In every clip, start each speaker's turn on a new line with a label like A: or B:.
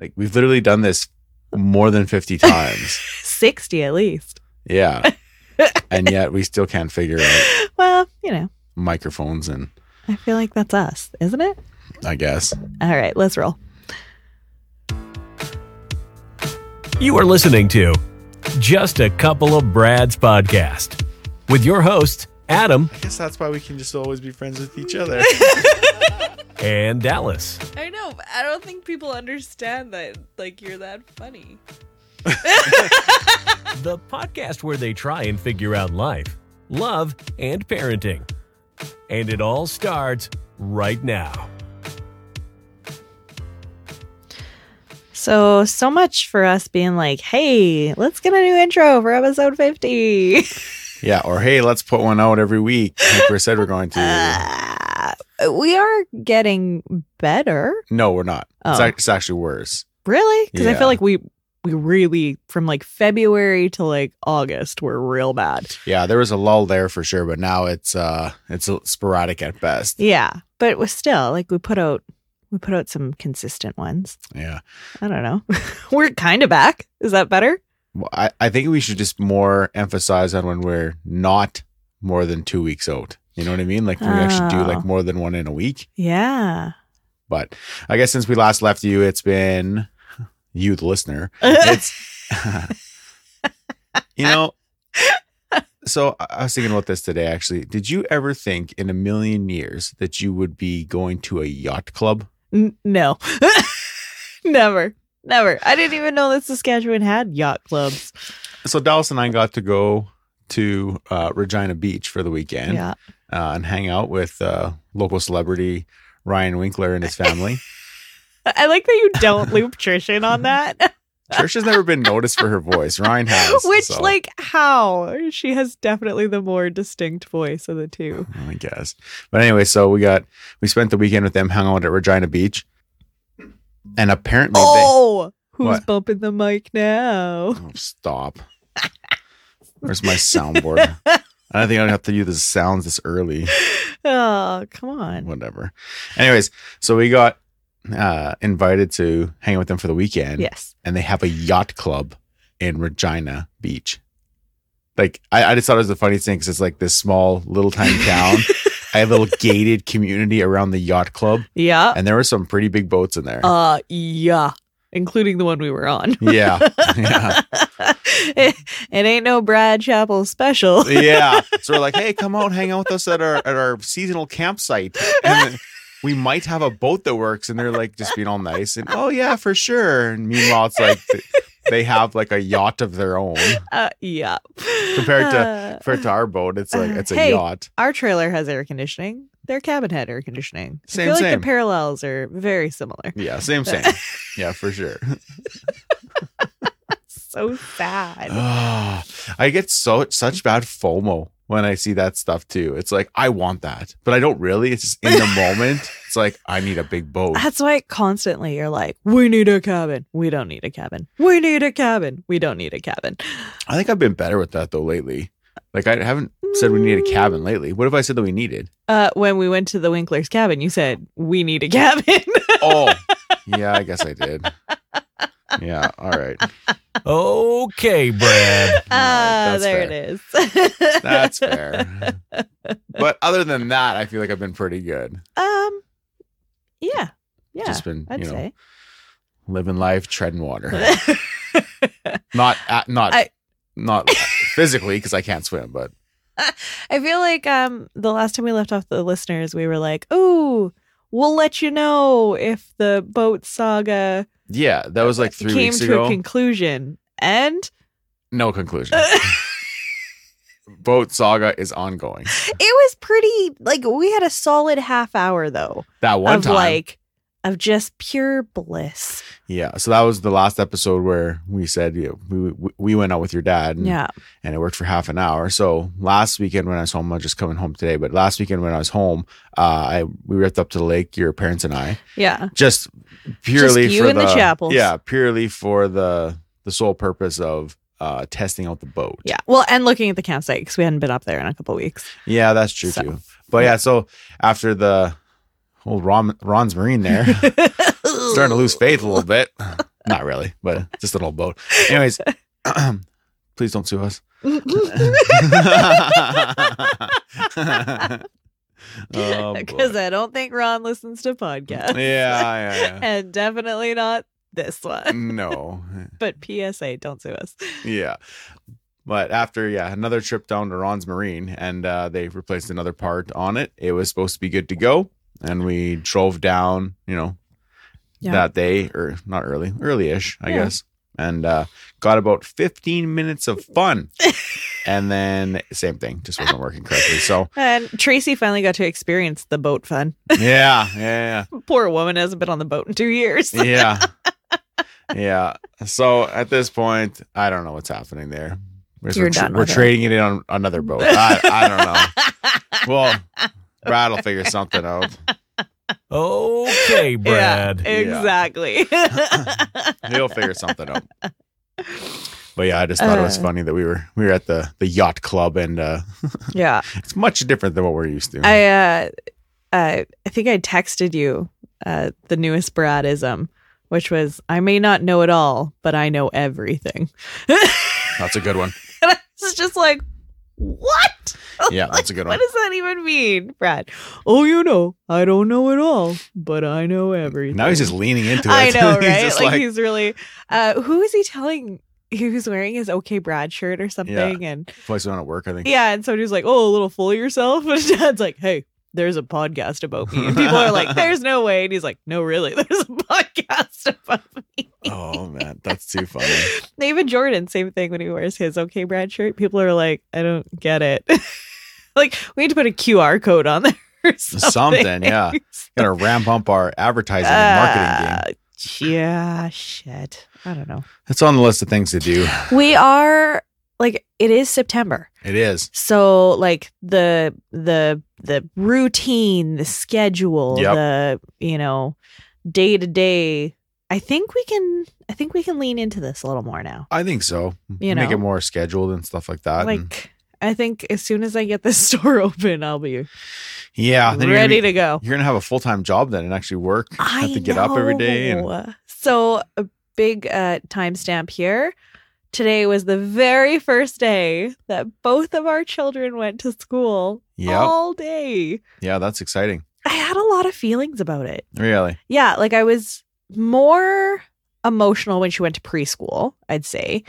A: Like we've literally done this more than 50 times.
B: 60 at least.
A: yeah. And yet we still can't figure out
B: Well, you know,
A: microphones and
B: I feel like that's us, isn't it?
A: I guess.
B: All right, let's roll.
C: You are listening to Just a Couple of Brads podcast with your hosts, Adam
A: I guess that's why we can just always be friends with each other.
C: and Dallas.
D: I know, but I don't think people understand that like you're that funny.
C: The podcast where they try and figure out life, love, and parenting. And it all starts right now.
B: So, so much for us being like, hey, let's get a new intro for episode 50.
A: yeah. Or hey, let's put one out every week. Like we said we're going to.
B: Ah, we are getting better.
A: No, we're not. It's,
B: Oh.
A: ac- it's actually worse.
B: Really? Because I
A: Yeah.
B: feel like we we really from like February to like August were real bad.
A: Yeah, there was a lull there for sure, but now it's uh it's sporadic at best.
B: Yeah, but it was still like we put out we put out some consistent ones.
A: Yeah.
B: I don't know. we're kind of back. Is that better?
A: Well, I, I think we should just more emphasize on when we're not more than two weeks out. You know what I mean? Like we actually do
B: Oh.
A: like more than one in a week.
B: Yeah.
A: But I guess since we last left you, it's been you, the listener. It's you know. So I I was thinking about this today. Actually, did you ever think in a million years that you would be going to a yacht club?
B: N- no. Never. Never. I didn't even know that Saskatchewan had yacht clubs.
A: So Dallas and I got to go to uh, Regina Beach for the weekend.
B: yeah.
A: uh, and hang out with uh, local celebrity Ryan Winkler and his family.
B: I like that you don't loop Trish in on that.
A: Trish has never been noticed for her voice. Ryan has,
B: Which,
A: so,
B: like, how? She has definitely the more distinct voice of the two.
A: I guess. But anyway, so we got we spent the weekend with them, hung out at Regina Beach, and apparently
B: Oh, who's
A: What?
B: bumping the mic now?
A: they oh, stop. Where's my soundboard? I don't think I'd have to use the sounds this early.
B: Oh, come on.
A: Whatever. Anyways, so we got uh invited to hang out with them for the weekend.
B: Yes.
A: and they have a yacht club in Regina Beach. Like I, I just thought it was the funniest thing because it's like this small little tiny town. I have a little gated community around the yacht club,
B: Yeah.
A: and there were some pretty big boats in there.
B: Uh, yeah. Including the one we were on.
A: yeah, yeah,
B: it, it ain't no Brad Chapel special.
A: yeah. So we're like, hey, come out, hang out with us at our at our seasonal campsite. And then we might have a boat that works, and they're like just being all nice and oh yeah, for sure. And meanwhile, it's like th- they have like a yacht of their own
B: Uh, yeah.
A: Compared to-
B: Uh,
A: compared to our boat. It's like it's a
B: Hey,
A: yacht.
B: our trailer has air conditioning. Their cabin had air conditioning. I
A: Same,
B: feel like
A: same.
B: the parallels are very similar.
A: Yeah, same, same. yeah, for sure.
B: So sad.
A: Ah, I get so such bad FOMO when I see that stuff too. It's like I want that, but I don't really. It's just in the moment. It's like I need a big boat.
B: That's why constantly you're like, we need a cabin. We don't need a cabin. We need a cabin. We don't need a cabin.
A: I think I've been better with that though lately. Like I haven't said we need a cabin lately. What if I said that we needed?
B: Uh, when we went to the Winkler's cabin, you said, we need a cabin.
A: Oh, yeah, I guess I did. Yeah, all right.
C: Okay, Brad.
B: Ah,
A: that's
B: there it is.
A: That's fair. But other than that, I feel like I've been pretty good.
B: Um, yeah, yeah,
A: Just been,
B: I'd
A: you know,
B: say.
A: living life, treading water. Not at, not
B: I-
A: not physically because I can't swim, but
B: I feel like um the last time we left off the listeners, we were like, "Oh, we'll let you know if the boat saga
A: Yeah, that was like three
B: came
A: weeks
B: to
A: ago.
B: a conclusion." And
A: no conclusion. Boat saga is ongoing.
B: it was pretty like we had a solid half hour though
A: That one
B: of
A: time.
B: like of just pure bliss.
A: yeah. So that was the last episode where we said you know, we, we we went out with your dad and,
B: Yeah,
A: and it worked for half an hour. So last weekend when I was home, I'm just coming home today, but last weekend when I was home, uh, I we ripped up to the lake, your parents and I.
B: yeah,
A: Just purely
B: you
A: for
B: and the chapels.
A: Yeah, purely for the the sole purpose of uh testing out the boat.
B: yeah. Well, and looking at the campsite because we hadn't been up there in a couple weeks.
A: Yeah, that's true
B: So-
A: too. But yeah, so after the old Ron, Ron's Marine there, starting to lose faith a little bit. Not really, but just an old boat. Anyways, please don't sue us. Oh, boy.
B: Because I don't think Ron listens to
A: yeah,
B: podcasts.
A: yeah, Mm. yeah.
B: And definitely not this one.
A: no.
B: But PSA, don't sue us.
A: Yeah. But after, yeah, another trip down to Ron's Marine and uh, they replaced another part on it. It was supposed to be good to go. And we drove down, you know,
B: Yeah.
A: that day or not early, early ish, I
B: Yeah.
A: guess. And uh, got about 15 minutes of fun. and then, same thing, just wasn't working correctly. So,
B: And Tracy finally got to experience the boat fun.
A: yeah, yeah, yeah.
B: Poor woman hasn't been on the boat in two years.
A: yeah yeah so at this point i don't know what's happening there we're,
B: You're
A: we're,
B: done
A: we're
B: with it.
A: trading it in on another boat I, I don't know well brad will figure something out
C: Okay, Brad.
B: Yeah, exactly.
A: he'll figure something out but yeah i just thought it was
B: Uh.
A: funny that we were we were at the the yacht club and uh
B: yeah.
A: it's much different than what we're used to
B: I uh, uh, I think I texted you uh, the newest Bradism, which was I may not know it all, but I know everything.
A: that's a good one
B: And I was just like, what?
A: yeah that's a good one
B: What does that even mean, Brad? Oh, you know, I don't know it all, but I know everything.
A: now he's just leaning into it
B: I know,
A: he's
B: right?
A: just
B: like,
A: like,
B: he's really. Uh, who is he telling? He was wearing his OK Brad shirt or something, and
A: voice on at work i think
B: yeah, and somebody was like, "Oh, a little full of yourself," and Dad's like, "Hey." There's a podcast about me. And people are like, there's no way. And he's like, no, really, there's a podcast about me.
A: oh man that's too funny
B: David Jordan, same thing when he wears his OK Brad shirt. People are like, I don't get it. like, we need to put a QR code on there or something.
A: Something, yeah. gotta ramp up our advertising and marketing game
B: game. Ah, Yeah, shit. I don't know.
A: That's on the list of things to do.
B: We are like it is September.
A: It is.
B: So like the the the routine, the schedule,
A: Yep.
B: the you know, day to day. I think we can I think we can lean into this a little more now.
A: I think so.
B: You
A: Make
B: know.
A: it more scheduled and stuff like that. and-
B: like I think as soon as I get this store open, I'll be
A: yeah, then
B: ready
A: you're gonna,
B: to go.
A: be- you're gonna have a full time job then and actually work.
B: I
A: have to get up every day and-
B: know. so a big uh, timestamp here. Today was the very first day that both of our children went to school
A: Yep.
B: all day.
A: Yeah, that's exciting.
B: I had a lot of feelings about it.
A: Really.
B: Yeah, like I was more emotional when she went to preschool, I'd say.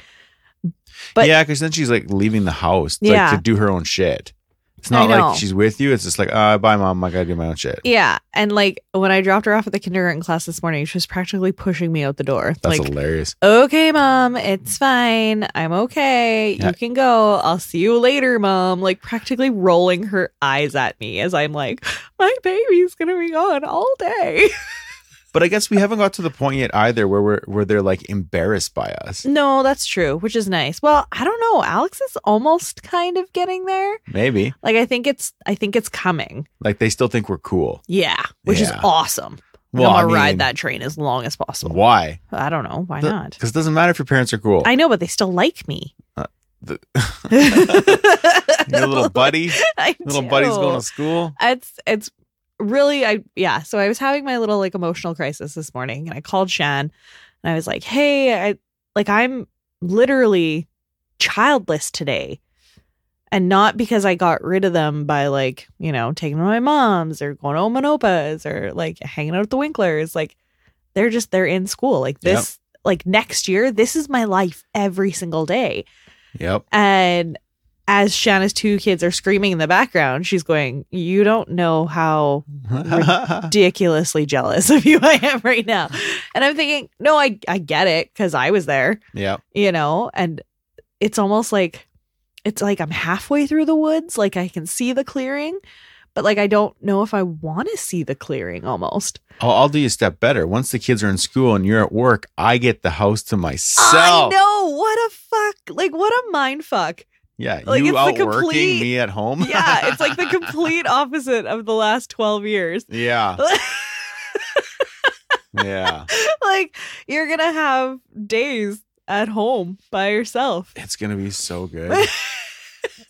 B: But-
A: yeah, because then she's like leaving the house like,
B: Yeah.
A: to do her own shit. It's
B: I
A: not
B: know.
A: like she's with you. It's just like, uh, bye, mom. I gotta do my own shit.
B: Yeah, and like when I dropped her off at the kindergarten class this morning, she was practically pushing me out the door.
A: That's
B: like,
A: hilarious.
B: okay, mom, it's fine. I'm okay.
A: Yeah.
B: You can go. I'll see you later, mom. Like practically rolling her eyes at me as I'm like, my baby's gonna be gone all day.
A: But I guess we haven't got to the point yet either where we're where they're like embarrassed by us.
B: no, that's true, which is nice. Well, I don't know. Alex is almost kind of getting there.
A: Maybe.
B: Like I think it's I think it's coming.
A: Like they still think we're cool.
B: Yeah, which is
A: Yeah.
B: awesome.
A: Well,
B: I'm
A: I
B: gonna
A: mean,
B: ride that train as long as possible.
A: Why?
B: I don't know why
A: The-
B: not.
A: Because it doesn't matter if your parents are cool.
B: I know, but they still like me.
A: Uh, the-
B: Your
A: your little buddy,
B: I
A: little
B: do.
A: buddy's going to school.
B: It's it's really I yeah. So I was having my little like emotional crisis this morning, and I called Shan, and I was like, "Hey, I like I'm literally childless today." And not because I got rid of them by like, you know, taking them to my mom's or going to Oma and Opa's or like hanging out at the Winklers. Like they're just they're in school. Like this like next year, this is my life every single day.
A: Yep.
B: And as Shanna's two kids are screaming in the background, she's going, You don't know how ridiculously jealous of you I am right now. And I'm thinking, No, I, I get it because I was there,
A: yep.
B: you know? And it's almost like, it's like I'm halfway through the woods, like I can see the clearing, but like I don't know if I want to see the clearing almost.
A: I'll, I'll do you a step better. Once the kids are in school and you're at work, I get the house to
B: I
A: myself.
B: know. What a fuck. Like, what a mind fuck.
A: Yeah,
B: Like, it's
A: you
B: the
A: outworking
B: complete-
A: me at home.
B: Yeah, it's like the complete opposite of the last 12 years.
A: yeah, yeah.
B: like you're gonna have days at home by yourself.
A: It's gonna be so good.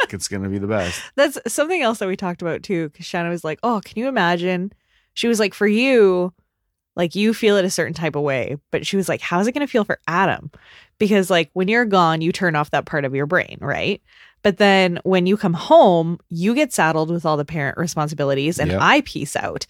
A: it's gonna be the best.
B: That's something else that we talked about too. Because Shanna was like, "Oh, can you imagine?" She was like, "For you, Like you feel it a certain type of way. But she was like, how's it going to feel for Adam? Because like when you're gone, you turn off that part of your brain, right? But then when you come home, you get saddled with all the parent responsibilities and
A: Yep.
B: I peace out.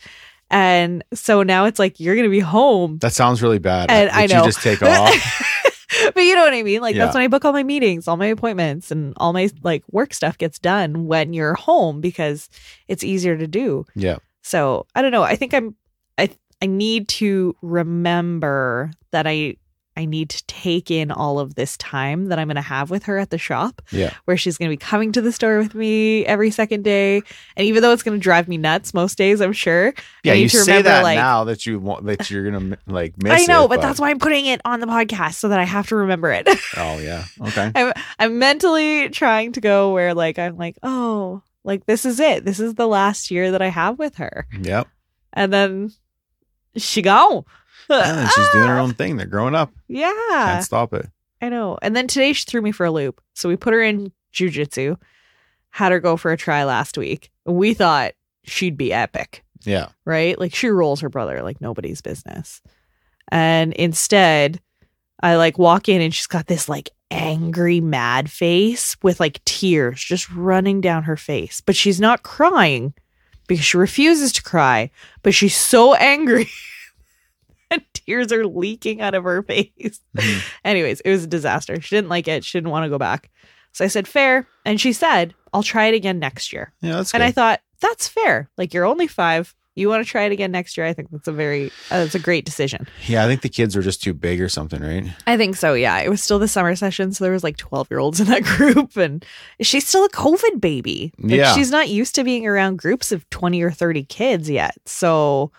B: And so now it's like you're going to be home
A: That sounds really bad.
B: And
A: Would
B: I know.
A: you just take off.
B: but you know what I mean? Like that's
A: Yeah.
B: when I book all my meetings, all my appointments, and all my like work stuff gets done when you're home because it's easier to do.
A: Yeah.
B: So I don't know. I think I'm I I need to remember that I I need to take in all of this time that I'm going to have with her at the shop
A: Yeah.
B: where she's going to be coming to the store with me every second day. And even though it's going to drive me nuts most days, I'm sure.
A: Yeah.
B: need
A: You
B: to
A: say
B: remember,
A: that
B: like-
A: now that you want that you're gonna like miss.
B: I know,
A: it,
B: but that's why I'm putting it on the podcast so that I have to remember it.
A: Oh yeah. Okay.
B: I'm I'm mentally trying to go where like I'm like, oh, like this is it. This is the last year that I have with her.
A: Yep.
B: And then she gone.
A: Yeah, and she's doing her own thing. They're growing up.
B: Yeah.
A: Can't stop it.
B: I know. And then today she threw me for a loop. So we put her in jujitsu, had her go for a try last week. We thought she'd be epic,
A: Yeah.
B: right? Like she rolls her brother like nobody's business. And instead, I like walk in and she's got this like angry mad face with like tears just running down her face. But she's not crying because she refuses to cry, but she's so angry and tears are leaking out of her face.
A: Mhm.
B: Anyways, it was a disaster. She didn't like it. She didn't want to go back. So I said, fair. And she said, I'll try it again next year.
A: Yeah. That's
B: And
A: good.
B: I thought that's fair. Like you're only five. You want to try it again next year. I think that's a very uh, that's a great decision.
A: yeah. I think the kids were just too big or something, right?
B: I think so. Yeah, it was still the summer session, so there was like twelve year olds in that group, and she's still a COVID baby. Like,
A: Yeah.
B: she's not used to being around groups of twenty or thirty kids yet. So,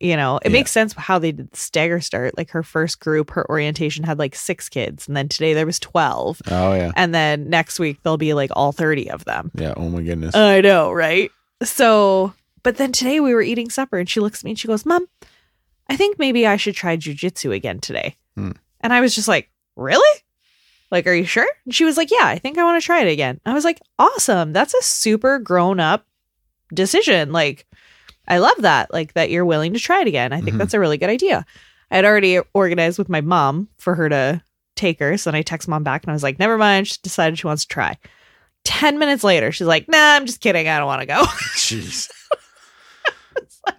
B: you know, it
A: Yeah.
B: makes sense how they did the stagger start. Like her first group, her orientation had like six kids, and then today there was twelve,
A: Oh yeah.
B: and then next week there'll be like all thirty of them.
A: Yeah. Oh my goodness.
B: I know, right? So, but then today we were eating supper and she looks at me and she goes, Mom, I think maybe I should try jujitsu again today.
A: Hmm.
B: And I was just like, Really? Like, are you sure? And she was like, Yeah, I think I want to try it again. I was like, Awesome. That's a super grown up decision. Like, I love that. Like, that you're willing to try it again. I think
A: Mhm.
B: that's a really good idea. I had already organized with my mom for her to take her. So then I text mom back and I was like, Never mind. She decided she wants to try. 10 minutes later, she's like, nah, I'm just kidding. I don't want to go.
A: Jeez.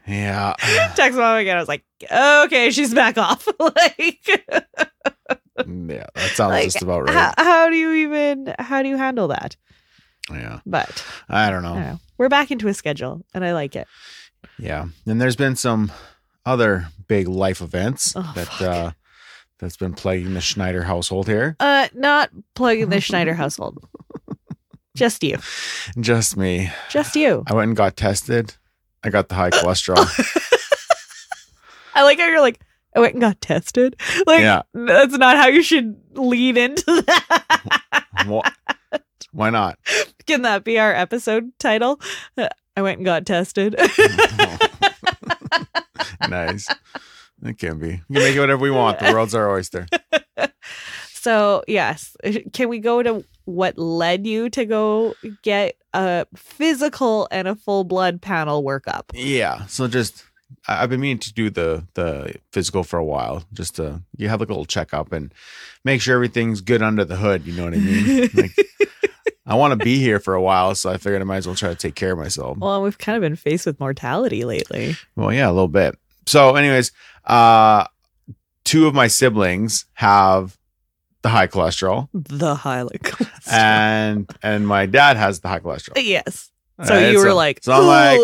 A: yeah.
B: Text mom again. I was like, okay, she's back off. like,
A: Yeah. That sounds
B: Like,
A: just about
B: how,
A: right.
B: how do you even, how do you handle that?
A: Yeah.
B: But
A: I don't
B: I
A: know.
B: don't know. We're back into a schedule and I like it.
A: Yeah. And there's been some other big life events
B: Oh,
A: that
B: fuck.
A: uh that's been plaguing the Schneider household here.
B: Uh, not plugging the Schneider household. Just you.
A: Just me.
B: Just you.
A: I went and got tested. I got the high cholesterol.
B: I like how you're like, I went and got tested. Like,
A: Yeah.
B: that's not how you should lead into that.
A: Wha- Why not?
B: Can that be our episode title? Uh, I went and got tested.
A: nice. It can be. You can make it whatever we want. The world's our oyster.
B: So, yes, can we go to what led you to go get a physical and a full blood panel workup?
A: Yeah. So just I- I've been meaning to do the the physical for a while, just to you have like a little checkup and make sure everything's good under the hood. You know what I mean? Like, I want to be here for a while, so I figured I might as well try to take care of myself.
B: Well, we've kind of been faced with mortality lately.
A: Well, yeah, a little bit. So, anyways, uh, two of my siblings have the high cholesterol,
B: The high cholesterol.
A: Uh, and and my dad has the high cholesterol.
B: yes. So
A: Right?
B: you were like,
A: uh, so I'm like,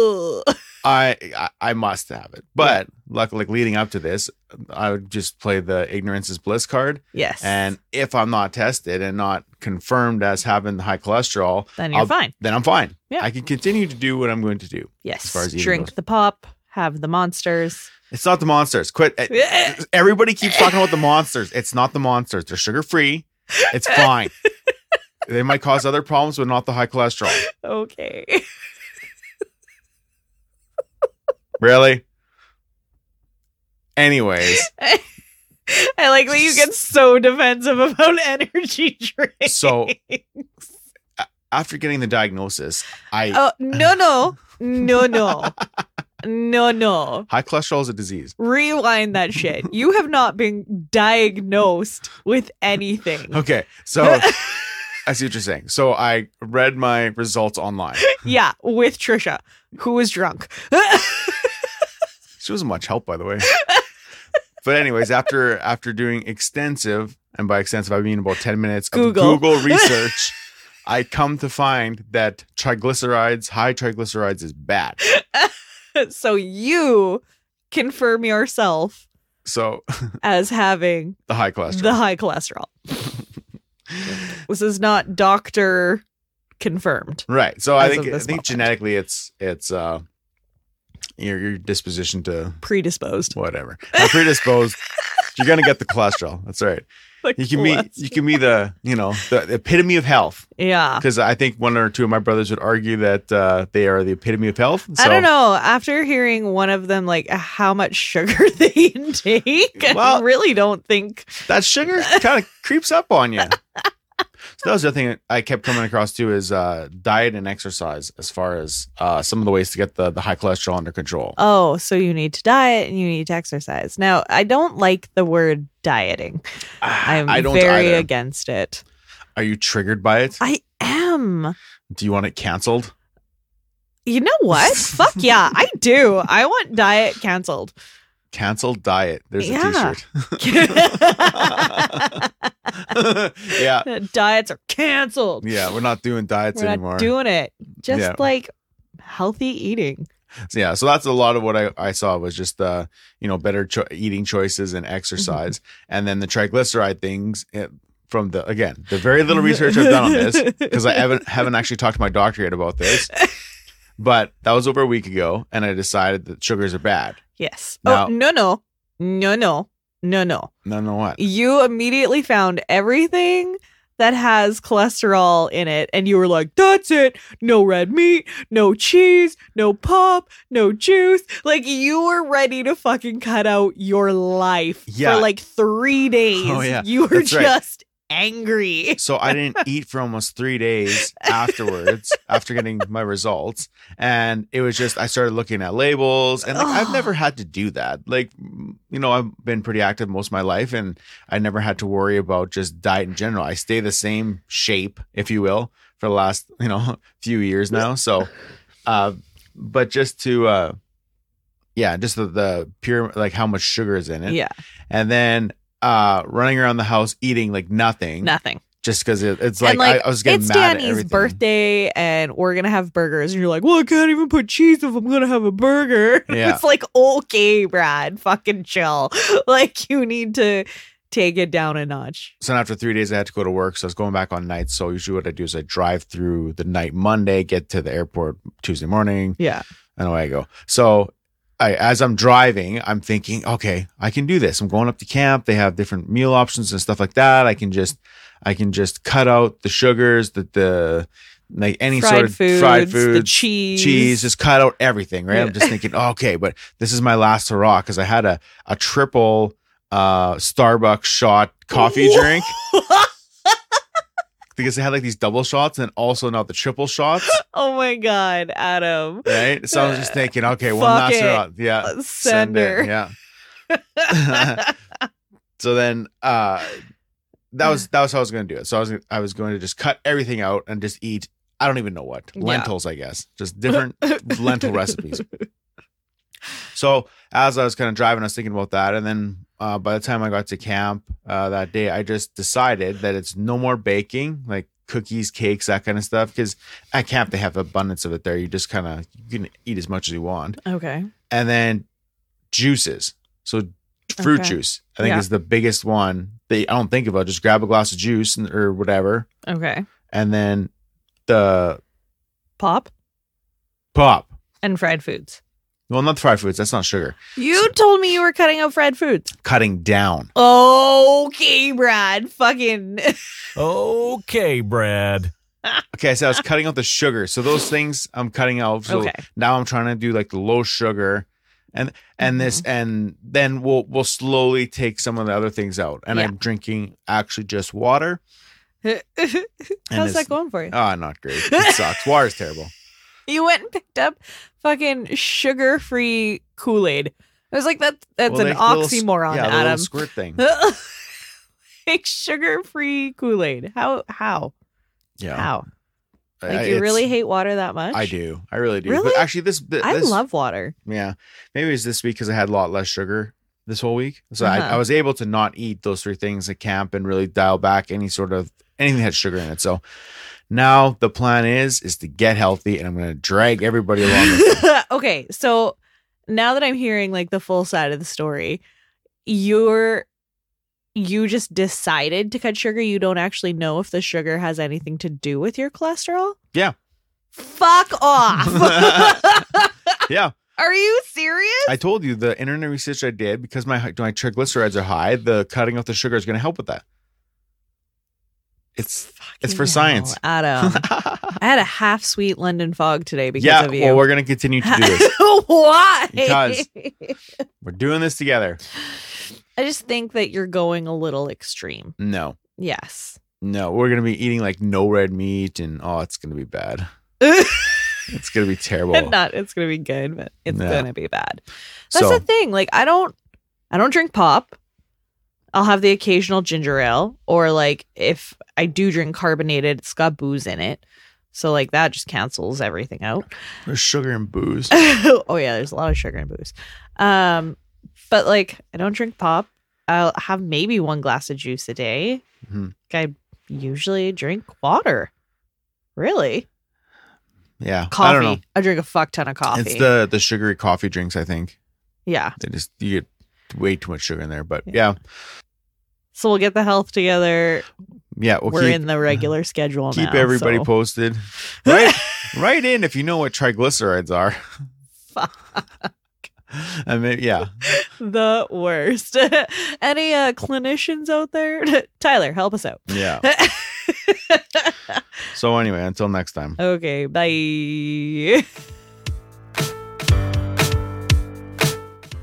B: "Ugh."
A: I, I I must have it. But luckily, leading up to this, I would just play the ignorance is bliss card,
B: yes.
A: and if I'm not tested and not confirmed as having the high cholesterol,
B: then you're
A: I'll-
B: fine.
A: then I'm fine.
B: Yeah.
A: I can continue to do what I'm going to do.
B: Yes.
A: far as eating
B: Drink
A: goes.
B: the pop, have the monsters.
A: It's not the monsters. Quit. eh, Everybody keeps talking about the monsters. It's not the monsters. They're sugar free. It's fine. they might cause other problems, but not the high cholesterol.
B: okay.
A: Really? Anyways,
B: I like that you get so defensive about energy drinks.
A: So- after getting the diagnosis, I
B: Oh no no no no No, no.
A: High cholesterol is a disease.
B: Rewind that shit. You have not been diagnosed with anything.
A: Okay, so I see what you're saying. So I read my results online.
B: yeah, with Trisha, who was drunk.
A: She wasn't much help, by the way. but anyways, after after doing extensive, and by extensive I mean about ten minutes
B: Google.
A: of Google research, I come to find that triglycerides, high triglycerides, is bad.
B: so you confirm yourself
A: So
B: as having
A: the high cholesterol.
B: the high cholesterol. this is not doctor confirmed.
A: Right. So I
B: As
A: think
B: of
A: I
B: this
A: think
B: moment.
A: genetically it's it's uh your your disposition to
B: Predisposed.
A: whatever. I'm predisposed. You're gonna get the cholesterol. That's all right.
B: The
A: You can be
B: cholest-
A: you can be the you know the epitome of health
B: Yeah.
A: because I think one or two of my brothers would argue that uh, they are the epitome of health. So,
B: I don't know. After hearing one of them like how much sugar they intake, I
A: Well-
B: really don't think
A: that sugar kind of creeps up on you. So that was the other thing I kept coming across too is uh, diet and exercise as far as uh, some of the ways to get the, the high cholesterol under control.
B: oh, so you need to diet and you need to exercise. Now, I don't like the word dieting. I'm
A: Ah, I don't
B: very
A: either.
B: against it.
A: Are you triggered by it?
B: I am.
A: Do you want it canceled?
B: You know what? Fuck yeah, I do. I want diet canceled.
A: Cancel diet. There's
B: Yeah.
A: a t-shirt. yeah.
B: Diets are canceled.
A: Yeah, we're not doing diets
B: We're not
A: anymore.
B: doing it. Just
A: Yeah.
B: like healthy eating.
A: So, yeah, so that's a lot of what I, I saw was just uh, you know, better cho- eating choices and exercise. And then the triglyceride things it, from the again, the very little research I've done on this because I haven't haven't actually talked to my doctor yet about this. But that was over a week ago and I decided that sugars are bad.
B: Yes.
A: Now-
B: oh no no no no no no.
A: No, no what?
B: You immediately found everything that has cholesterol in it, and you were like, "That's it. No red meat, no cheese, no pop, no juice." Like you were ready to fucking cut out your life
A: Yeah.
B: for like three days.
A: Oh, yeah.
B: You were
A: That's right.
B: just angry.
A: So I didn't eat for almost three days afterwards, after getting my results. And it was just, I started looking at labels. And like, I've
B: Ugh.
A: never had to do that. Like, m- you know, I've been pretty active most of my life and I never had to worry about just diet in general. I stay the same shape, if you will, for the last, you know, few years now. So, uh, but just to, uh, yeah, just the, the pure, like how much sugar is in it.
B: Yeah,
A: And then, uh, running around the house eating like nothing
B: nothing.
A: just because it, it's like,
B: and like
A: I, I was getting
B: it's
A: mad at
B: Danny's
A: everything.
B: birthday, and we're gonna have burgers, and you're like, "Well, I can't even put cheese if I'm gonna have a burger."
A: Yeah.
B: it's like, okay, Brad, fucking chill. like, you need to take it down a notch.
A: So then after three days, I had to go to work. So I was going back on nights. So usually what I do is I drive through the night Monday, get to the airport Tuesday morning,
B: Yeah,
A: and away I go. So I, as I'm driving, I'm thinking, okay, I can do this. I'm going up to camp. They have different meal options and stuff like that. I can just, I can just cut out the sugars, the, the like any
B: fried
A: sort of
B: foods,
A: fried
B: the
A: foods,
B: cheese,
A: cheese, just cut out everything, right?
B: Yeah.
A: I'm just thinking, oh, okay, but this is my last hurrah because I had a a triple uh Starbucks shot coffee drink because they had like these double shots and also not the triple shots,
B: oh my god, Adam,
A: right? So I was just thinking, okay, one
B: Fuck
A: last
B: it. Uh,
A: hurrah, yeah, send
B: sender.
A: it, yeah. so then, uh, that was that was how I was going to do it. So I was I was going to just cut everything out and just eat. I don't even know what
B: Yeah.
A: lentils, I guess, just different lentil recipes. So as I was kind of driving, I was thinking about that, and then uh, by the time I got to camp uh, that day, I just decided that it's no more baking, like cookies, cakes, that kind of stuff, because at camp they have abundance of it. There, you just kind of you can eat as much as you want,
B: okay,
A: and then juices. So fruit
B: Okay.
A: juice, I think,
B: Yeah.
A: is the biggest one that I don't think about. Just grab a glass of juice and, or whatever,
B: okay,
A: and then the
B: pop
A: pop.
B: and fried foods.
A: Well, not the fried foods. That's not sugar.
B: You told me you were cutting out fried foods.
A: Cutting down.
B: Okay, Brad, fucking.
C: Okay, Brad.
A: Okay, so I was cutting out the sugar. So those things I'm cutting out. So
B: Okay.
A: now I'm trying to do like the low sugar and and this
B: Mm-hmm.
A: and then we'll we'll slowly take some of the other things out. And
B: Yeah.
A: I'm drinking actually just water. And
B: How's
A: it's- Oh.
B: that going for you?
A: Ah, not great. It sucks. Water's terrible.
B: you went and picked up fucking sugar free Kool Aid. I was like, that, that's
A: Well,
B: an
A: like the little s-
B: oxymoron,
A: yeah, the little
B: Adam.
A: squirt thing.
B: like sugar free Kool Aid. How? How?
A: Yeah,
B: How?
A: I- I-
B: Like you
A: it's-
B: really hate water that much?
A: I do. I really do.
B: Really?
A: But actually, this, this
B: I love water.
A: Yeah, maybe it's this week because I had a lot less sugar this whole week, so I,
B: Uh-huh.
A: I was able to not eat those three things at camp and really dial back any sort of anything that had sugar in it. So now the plan is is to get healthy, and I'm going to drag everybody along. with me.
B: okay, so now that I'm hearing like the full side of the story, you're you just decided to cut sugar. You don't actually know if the sugar has anything to do with your cholesterol.
A: Yeah.
B: Fuck off.
A: yeah,
B: Are you serious?
A: I told you the internet research I did because my my triglycerides are high. The cutting off the sugar is going to help with that. It's it's for
B: Fucking
A: science.
B: hell, Adam. I had a half sweet London fog today because
A: yeah,
B: of you.
A: well, we're going to continue to do this.
B: Why?
A: Because- We're doing this together.
B: I just think that you're going a little extreme.
A: No.
B: Yes.
A: No, we're gonna be eating like no red meat, and oh, it's gonna be bad. It's gonna be terrible.
B: Not it's gonna be good, but it's
A: Yeah.
B: gonna be bad. That's
A: so
B: the thing. Like I don't I don't drink pop. I'll have the occasional ginger ale or like if I do drink carbonated, it's got booze in it. So like that just cancels everything out.
A: there's sugar and booze.
B: oh yeah, there's a lot of sugar in booze. Um but like I don't drink pop. I'll have maybe one glass of juice a day.
A: Mhm.
B: Like, I usually drink water. Really?
A: Yeah,
B: Coffee.
A: I don't know.
B: I drink a fuck ton of coffee.
A: It's the the sugary coffee drinks. I think
B: yeah.
A: they just you get way too much sugar in there. But
B: Yeah.
A: yeah,
B: So we'll get the health together.
A: yeah, we'll
B: We're
A: keep,
B: in the regular schedule
A: keep
B: now.
A: everybody
B: so-
A: posted. Right, right in if you know what triglycerides are. I mean, yeah,
B: the worst. Any uh, clinicians out there? Tyler, help us out.
A: yeah. So anyway, until next time.
B: okay, bye.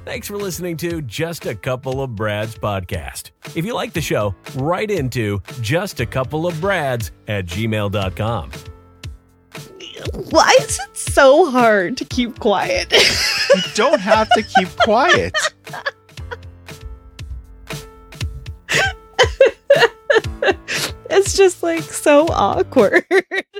C: Thanks for listening to Just a Couple of Brads podcast. If you like the show, write into just a couple of brads at gmail.com.
B: Why is it so hard to keep quiet?
A: You don't have to keep quiet.
B: it's just like so awkward.